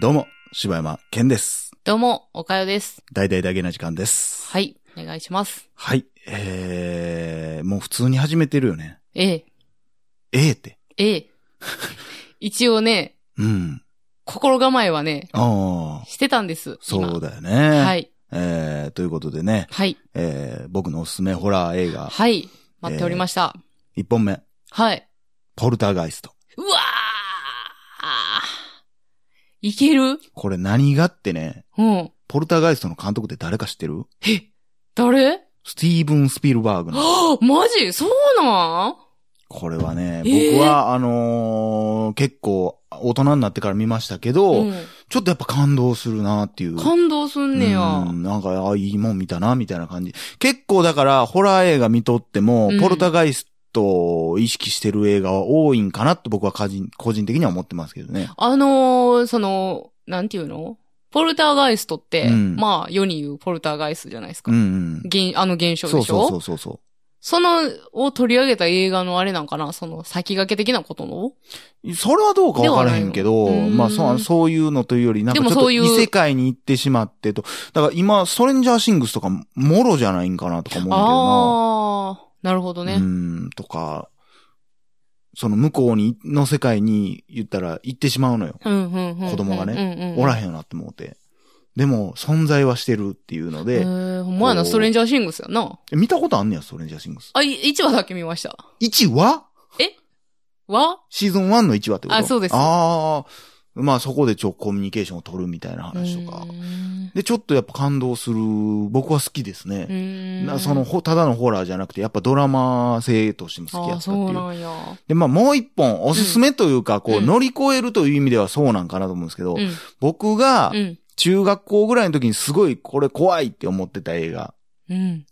どうも、柴山健です。どうも、おかよです。大々だけな時間です。はい、お願いします。はい。えー、もう普通に始めてるよね。ええ、ええって。え え。一応ね、うん。心構えはね、ああ、してたんです。今そうだよね。。はいい、えー、ということでね、はい、えー、僕のおすすめホラー映画、はい、待っておりました。 1本目、はい。ポルターガイスト。うわーいけるこれ何がってね、うん。ポルターガイストの監督って誰か知ってるえ、誰スティーブン・スピルバーグの。あ マジそうなんこれはね、えー僕は、あのー結構大人になってから見ましたけど、うんちょっとやっぱ感動するなっていう。感動すんねやう。んなんか、あ、いいもん見たな、みたいな感じ。結構だから、ホラー映画見とっても、うんポルターガイストを意識してる映画は多いんかなと僕は個人個人的には思ってますけどね。あのー、その、なんていうのポルターガイストって、うんまあ、世に言うポルターガイストじゃないですか。うんうん。現あの現象でしそょうそうそそうそうそう。の、を取り上げた映画のあれなんかなその、先駆け的なことのそれはどうか分からへんけど、ではないのうんまあそう、そういうのというより、なんかちょっでもとそういう異世界に行ってしまってと。だから今、ストレンジャーシングスとか、もろじゃないんかなとか思うんだけどああ、なるほどな。ね。うん、とか、その向こうに、の世界に言ったら行ってしまうのよ。うん、うん、うん。子供がねねおらへへん。んようになって思うて。でも、存在はしてるっていうのえで、ー、ほんまやな、こうストレンジャーシングスやな。見たことあんねや、ストレンジャーシングス。あ、い1話だけ見ました。 1話わシーズン1の1話ってことあそうですああ、まあそこでちょ、コミュニケーションを取るみたいな話とかう。ーんで、ちょっとやっぱ感動する、僕は好きですうね。ーん。なその、ほただのホラーじゃなくて、やっぱドラマ性としても好きやああ、ったそっていうう。なんや。で、まあもう一本、おすすめというか、こう、うん乗り越えるという意味ではそうなんかなと思うんですけど、うん。僕がう、ん。中学校ぐらいの時にすごいこれ怖いって思ってた映画うん。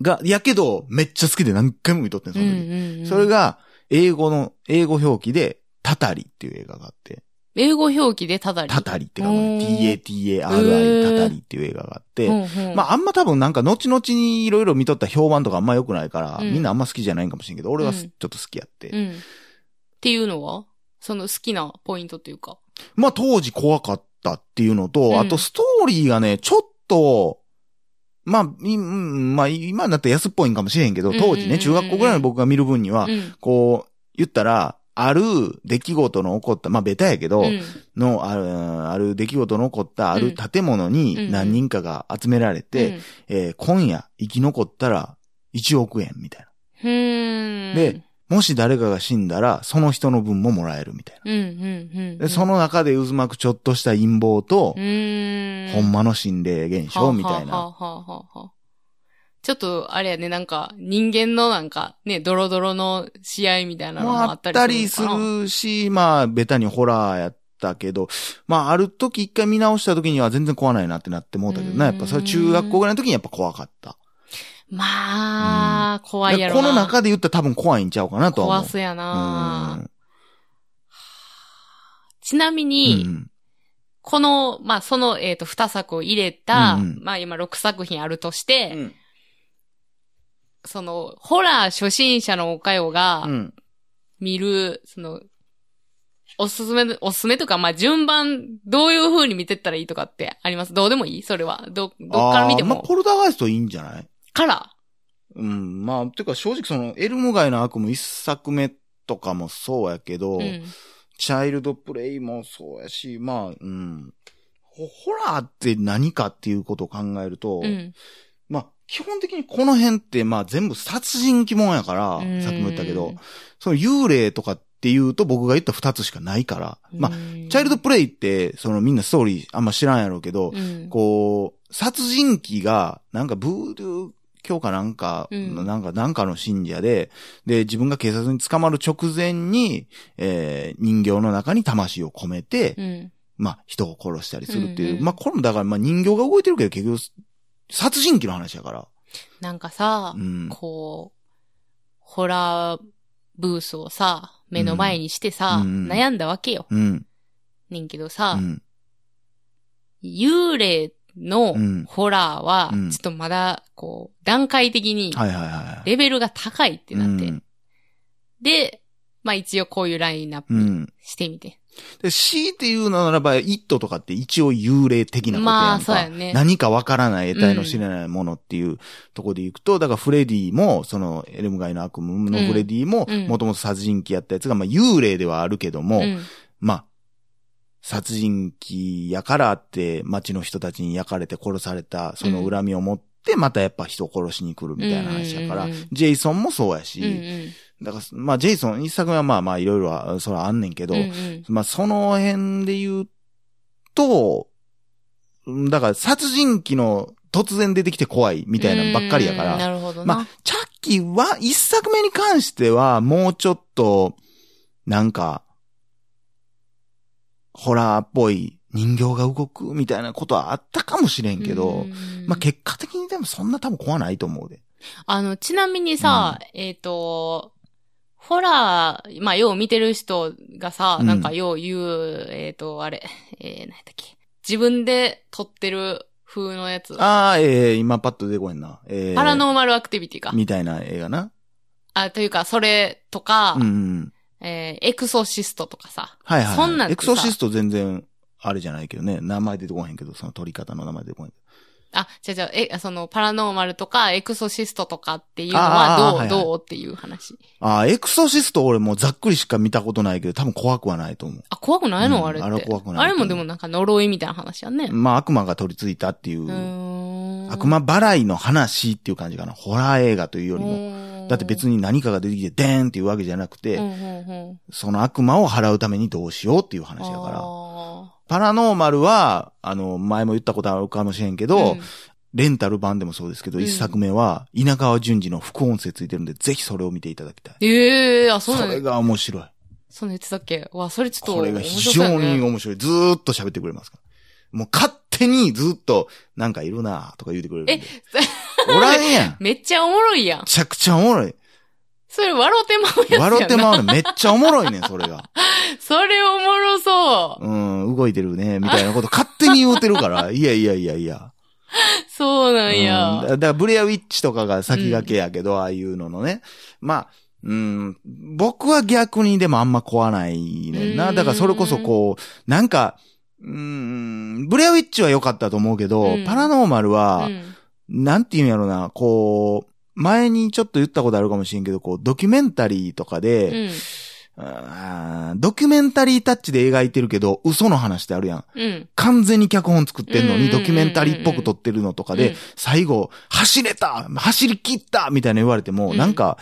が、やけど、めっちゃ好きで何回も見とってん、うそんの時。うん。それ、が、英語の、英語表記で、タタリっていう映画があって、英語表記でただり。タタリっていうか、おー T-A-T-A-R-I、タタリっていう映画があって、うんうんまああんま多分なんか後々にいろいろ見とった評判とかあんま良くないから、うんみんなあんま好きじゃないんかもしれんけど、俺はうんすちょっと好きやって。うん。っていうのはその好きなポイントっていうか。まあ当時怖かったっていうのと、うんあとストーリーがね、ちょっと、まあ、いうんまあ今になって安っぽいんかもしれへんけど、当時うんうんうんうね、ん中学校ぐらいの僕が見る分には、うん。こう、言ったら、ある出来事の起こった、まあベタやけど、うんの、ある、ある出来事の起こった、あうるん建物うんうにん何人かが集められて、、えー今夜生き残ったら1億円みたいな。うん。うんで、もし誰かが死んだら、その人の分ももらえるみたいうんうんうん。な。で、そ、の中で渦巻くちょっとした陰謀とう、ん。ほんまの心霊現象みたいはな。あはあはあはあはあちょっと、あれやね、なんか、人間のなんか、ね、ドロドロの試合みたいなのももああっったたりりすするのかな。るし、まあ、ベタにホラーやったけど、まあ、ある時一回見直した時には全然怖ないなってなって思ったけどな、やっぱそれ中学校ぐらいの時にやっぱ怖かった。まあ、怖いやろこな。の中で言ったら多分怖いんちゃうかなとは思う。怖すやうな。んちなみに、うんこの、まあ、その、えっ、と、二作を入れた、うんうんまあ、今6作品あるとして、うんその、ホラー初心者のおかよがうん見る、その、おすすめ、おすすめとか、まあ、順番、どういう風に見てったらいいとかってありますどうでもいいそれは。ど、どっから見てあーまあ、も。ポルターガイストいいんじゃないから。うん。まあ、てか正直その、エルム街の悪夢一作目とかもそうやけど、うん。チャイルドプレイもそうやし、まあ、うん。ホホラーって何かっていうことを考えると、うん。まあ、基本的にこの辺って、まあ全部殺人鬼門やから、うんさっきも言ったけど、その幽霊とかっていうと僕が言った二つしかないから、まあ、うんチャイルドプレイって、そのみんなストーリーあんま知らんやろうけど、うんこう、殺人鬼が、なんかブードゥー教かなんか、うんなんか、なんかの信者で、で、自分が警察に捕まる直前に、えー人形の中に魂を込めて、うん。まあ、人を殺したりするっていう。うんうんまあ、これもだから、まあ、人形が動いてるけど、結局、殺人鬼の話やから。なんかさ、うん。こう、ホラーブースをさ、目の前にしてさ、うんうん悩んだわけよ。うん。ねんけどさ、うん。幽霊のうんホラーはうん、ちょっとまだ、こう、段階的に、はいはいはいはい。レベルが高いってなって。うんで、まあ一応こういうラインナッうプん。してみて。で、強いて言うのならば、イットとかって一応幽霊的なことやんか。まあそうやね何かわからない得体の知れないものっていうところで行くと、だからフレディも、その、エレム街の悪夢のフレディもうん、もともと殺人鬼やったやつが、まあ幽霊ではあるけども、うん。まあ、殺人鬼やからって、街の人たちに焼かれて殺された、その恨みを持って、またやっぱ人を殺しに来るみたいな話やから、うんうんうんうんジェイソンもそうやうんうし、んだから、まあジェイソン、一作目はまあまあいろいろは、それはあんねんけど、うんうんまあ、その辺で言うと、うんだから殺人鬼の突然出てきて怖いみたいなのばっかりやかうんなら、るほどな。まあ、チャッキーは一作目に関してはもうちょっと、なんか、ホラーっぽい人形が動くみたいなことはあったかもしれんけど、うんまあ、結果的にでもそんな多分怖ないと思うで。あの、ちなみにさ、えっ、と、ホラー、まあ、よう見てる人がさ、うんなんかよう言う、えっ、と、あれ、えー、何やったっけ。自分で撮ってる風のやつ。ああ、ええ今パッと出てこへんな。ええパラノーマルアクティビティか。みたいな映画な。あ、というか、それとか、うんうん。えーエクソシストとかさ。はいはいはい。そんなんってエクソシスト。ト全然、あれじゃないけどね。名前出てこへんけど、その撮り方の名前出てこへん。あ、じゃじゃえ、その、パラノーマルとか、エクソシストとかっていうのあーあーはどう、はいはいどうっていう話。あー、エクソシスト俺もうざっくりしか見たことないけど、多分怖くはないと思あ、怖くないの、うんあれって。あれは怖くないあれもでもなんか呪いみたいな話やね。う。まあ悪魔が取り付いたっていうう、ーん悪魔払いの話っていう感じかな。ホラー映画というよりも。もだって別に、に何かが出てきて、でーんっていうわけじゃなくて、うんうんうんその悪魔を払うためにどうしようっていう話だから。あパラノーマルは、あの、前も言ったことあるかもしれんけーど、うんレンタル版でもそうですけど、うん一作目は、稲川淳二の副音声ついてるんで、ぜひそれを見ていただきたい。ええあ、そうそなんれだ。が面白い。そんなん言ってたっけわ、それちょっと。これが非常に面白面白い。ずーっと喋ってくれますから。もう勝手にずーっと、なんかいるなーとか言うてくれるんで。おらんやん。めめっちゃおもろいやん。ちゃくちゃおもろい。それ、笑ってまうやつやな。笑ってまうね。めっちゃおもろいねん、それが。それおもろそう。うん、動いてるね、みたいなこと勝手に言うてるから。いやいやいやいや。そううなんん、やだ。だから、ブレアウィッチとかが先駆けやけど、ああいうののね。まあ、うん、僕は逆にでもあんま怖ないねんうな。んだからそれこそこう、なんか、うん、ブレアウィッチは良かったと思うけど、うんパラノーマルは、うんなんて言うんやろな、こう、前にちょっと言ったことあるかもしれんけど、こう、ドキュメンタリーとかうで、ん。あードキュメンタリータッチで描いてるけど、嘘の話ってあるやん。うん。完全に脚本作ってんのうに、んうんうんドキュメンタリーっぽく撮ってるのとかうでん、最後、走れた走り切ったみたいな言われても、うんなんか、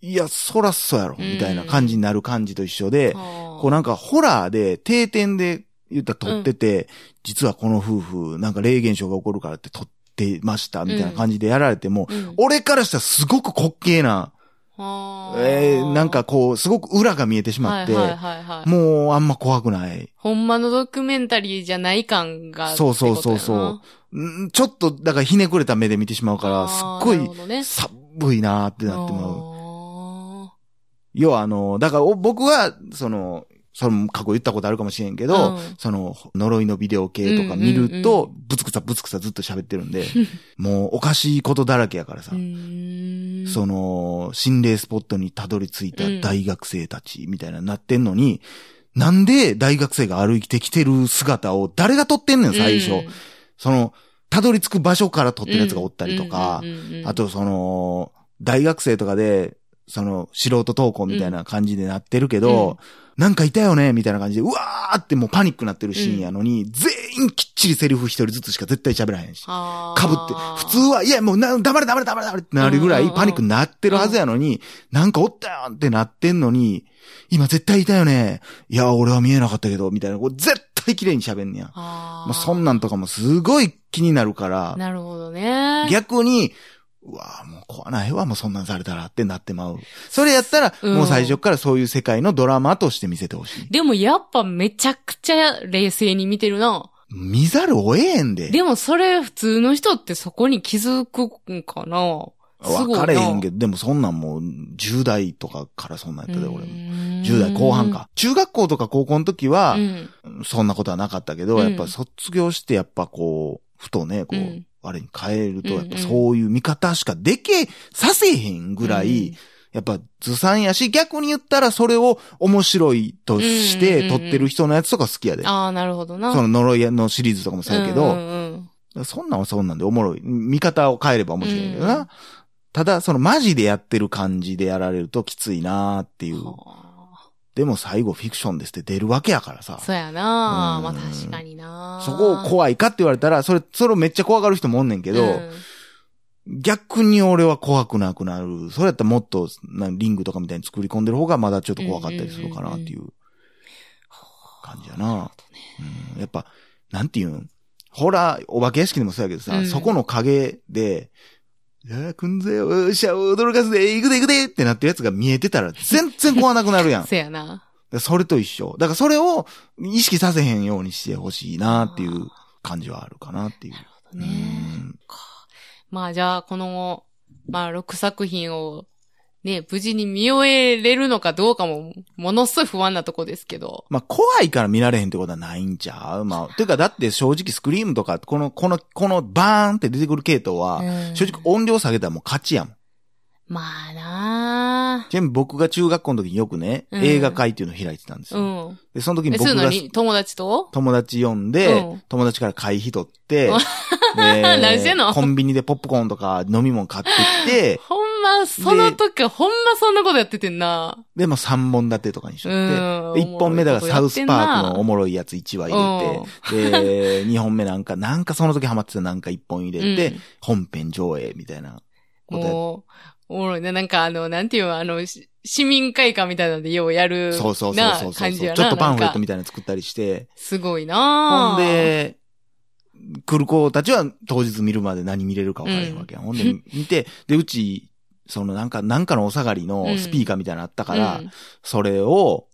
いや、そらそうやろみたいな感じになる感じと一緒で、ここうなんか、ホラーで、定点で、言ったら撮ってて、実はこの夫婦、なんか霊現象が起こるからって撮ってました、みたいな感じでやられても、うん、俺からしたらすごく滑稽な、あーえー、なんか、こう、すごく裏が見えてしまって、はいはいはいはい。もうあんま怖くない。ほんまのドキュメンタリーじゃない感が。そうそうそうそうってこんちょっと、だからひねくれた目で見てしまうとかやなら、すっあーごなるほいどね。寒いなーってなってまう。ま要はあの、だからお僕は、その、それも過去言ったことあるかもしれんけど、うんその、呪いのビデオ系とか見ると、ぶつくさぶつくさずっと喋ってるん で、もうおかしいことだらけやからさ、うん。その、心霊スポットにたどり着いた大学生たちみたいななってんのに、なんで大学生が歩いてきてる姿を誰が撮ってんねん、最初。うんその、たどり着く場所から撮ってるやつがおったりとか、うんうんうんあとその、大学生とかで、その、素人投稿みたいな感じでなってるけど、なんかいたよねみたいな感じで、うわーってもうパニックなってるシーンやのに、全員きっちりセリフ一人ずつしか絶対喋らへんし。あーかぶって、普通は、いや、もうな、黙れ黙れ黙れ黙れってなるぐらうんいうんうんパニックになってるはずやのに、なんかおったよってなってんのに、今絶対いたよねいや、俺は見えなかったけど、みたいな、こう絶対綺麗に喋んねや。あーもうそんなんとかもすごい気になるから、なるほどね。逆に、うわぁ、もう怖ないわ、もうそんなんされたらってなってまう。それやったら、うんもう最初からそういう世界のドラマとして見せてほしい。でもやっぱめちゃくちゃ冷静に見てるな。見ざるを得へんで。でもそれ普通の人ってそこに気づくんかな。す分ごいなかれへんけど、でもそんなんもう、10代とかからそんなんやったで、俺も。10 10代後半。か。中学校とか高校の時はう、ん。そんなことはなかったけど、うんやっぱ卒業して、やっぱこう、ふとね、こうう、んあれに変えると、やっぱうんうんそういう見方しかでけ、させへんぐらい、うんやっぱずさんやし、逆に言ったらそれを面白いとしうんてうんうん撮ってる人のやつとか好きやで。ああ、なるほどな。その呪いのシリーズとかもそうやけうんど、うんそんなんはそんなんでおもろい。見方を変えれば面白いけどうん。。な。ただ、そのマジでやってる感じでやられるときついなーっていううんはでも最後フィクションですって出るわけやからさあ。そうやなうんまあ確かになそこを怖いかって言われたら、それ、それをめっちゃ怖がる人もおんねんけど、うん逆に俺は怖くなくなる。それやったらもっと、なリングとかみたいに作り込んでる方がまだちょっと怖かったりするかなっていう感じやな。うんやっぱ、なんていうんホラー、お化け屋敷でもそうやけどさ、うんそこの影で、いやーくんぜよ、よっしゃ、驚かすで、行くで行くでってなってるやつが見えてたら全然怖なくなる やん。だかそうやな。らそれと一緒。だからそれを意識させへんようにしてほしいなっていう感じはあるかなっていう。ねうんかまあじゃあ、この、まあ6作品を、ね、無事に見終えれるのかどうかも、ものすごい不安なとこですけど。まあ、怖いから見られへんってことはないんちゃうまあ、ていうか、だって正直スクリームとか、この、この、このバーンって出てくる系統は、うん正直音量下げたらもう勝ちやもん。まあなちなみに僕が中学校の時によくね、うん映画会っていうのを開いてたんですうよ。ん。で、その時にえ、僕そういうのがに友達と友達呼んで、うん友達から会費取って、 何してんのコンビニでポップコーンとか飲み物買ってき て、ほんま、その時はほんまそんなことやっててんな。で、もう3本立てとかにしとって、うんで1本目だからサウスパークのおもろいやつ1話入 れて、で、2本目なんか、なんかその時ハマってたなんか1本入れて、うん本編上映みたいなことやっもう、おもろいね。なんかあの、なんていうの、あの、し市民会館みたいなのでようやる。そうそうそうなそうそう感じちょやっな。とパンフレットなんかみたいなの作ったりして、すごいほなんで、来る子たちは当日見るまで何見れるか分からへんわけや、ん。ほんで、見て、で、うち、そのなんか、なんかのお下がりうのんスピーカーみたいなのあったうかん、ら、それを、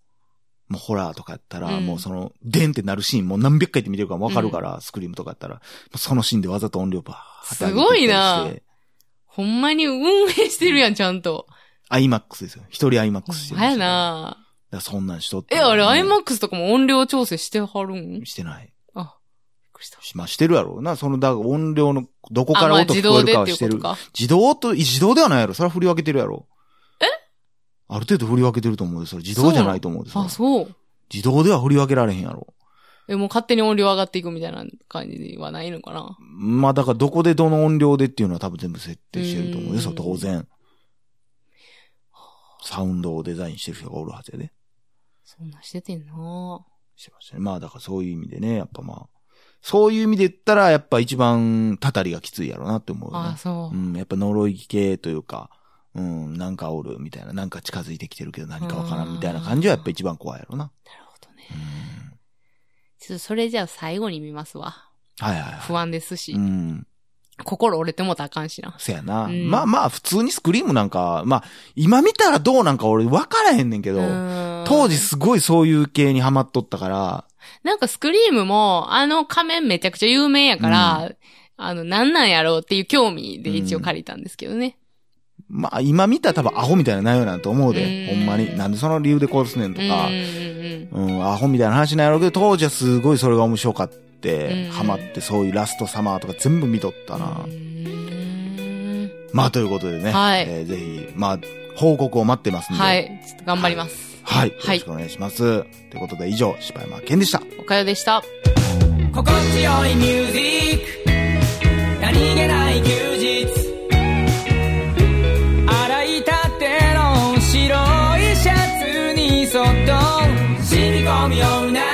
もうホラーとかやったら、うんもうその、でんってなるシーンもう何百回って見てるかも分かるから、スクリームとかやったら、そのシーンでわざと音量バーって上げてすごいなたりしてほんまに運営してるやん、ちゃんと。 IMAX ですよ。一人 IMAX してほんる。まや。なだからそんなんしとって。え、あれ、うん IMAX とかも音量調整してはるんびっしてない。くりした。しまあ、してるやろうな。その、だから音量の、どこからあまあ音聞こえるかは自動でっしていうること。か。自動と、自動ではないやろ。それは振り分けてるやろ。えある程度振り分けてると思うで、それ自動じゃないと思うで、それあ、そう。自動では振り分けられへんやろ。え、もう勝手に音量上がっていくみたいな感じはないのかな。まあだからどこでどの音量でっていうのは多分全部設定してると思ううで、んそれ当然。サウンドをデザインしてる人がおるはずやで。そんなしててんなしてましたね。まあだからそういう意味でね、やっぱまあ。そういう意味で言ったら、やっぱ一番、たたりがきついやろなって思うよねあ、そうう。ん、やっぱ呪い系というか、うん、なんかおるみたいな、なんか近づいてきてるけど何かわからんみたいな感じはやっぱ一番怖いやろな。なるほどねう。んちょっとそれじゃあ最後に見ますわ。はいはいは不安ですしい。う。ん。心折れてもたらあかんしな。せやな。うんまあまあ、普通にスクリームなんか、まあ、今見たらどうなんか俺分からへんねんけど、当当時すごいそういう系にハマっとったから、なんかスクリームも、あの仮面めちゃくちゃ有名やから、あの、なんなんやろうっていう興味で一応借りたんですけどね。まあ今見たら多分アホみたいな内容なんと思うで、うんほんまに。なんでその理由でこうすねんとうん。か、うんうん、アホみたいな話なんやろうけど、当時はすごいそれが面白かって、うんハマってそういうラストサマーとか全部見とったな。うんまあ、ということでね。はいえーぜひ、まあ、報告を待ってますんで。ははい。い。ちょっと頑張ります。よはろいしくお願いします。ということで、以上、柴山健でした。おかよでした。心地よいミュージック何気ない休日洗いたての白いシャツにそっと染み込むような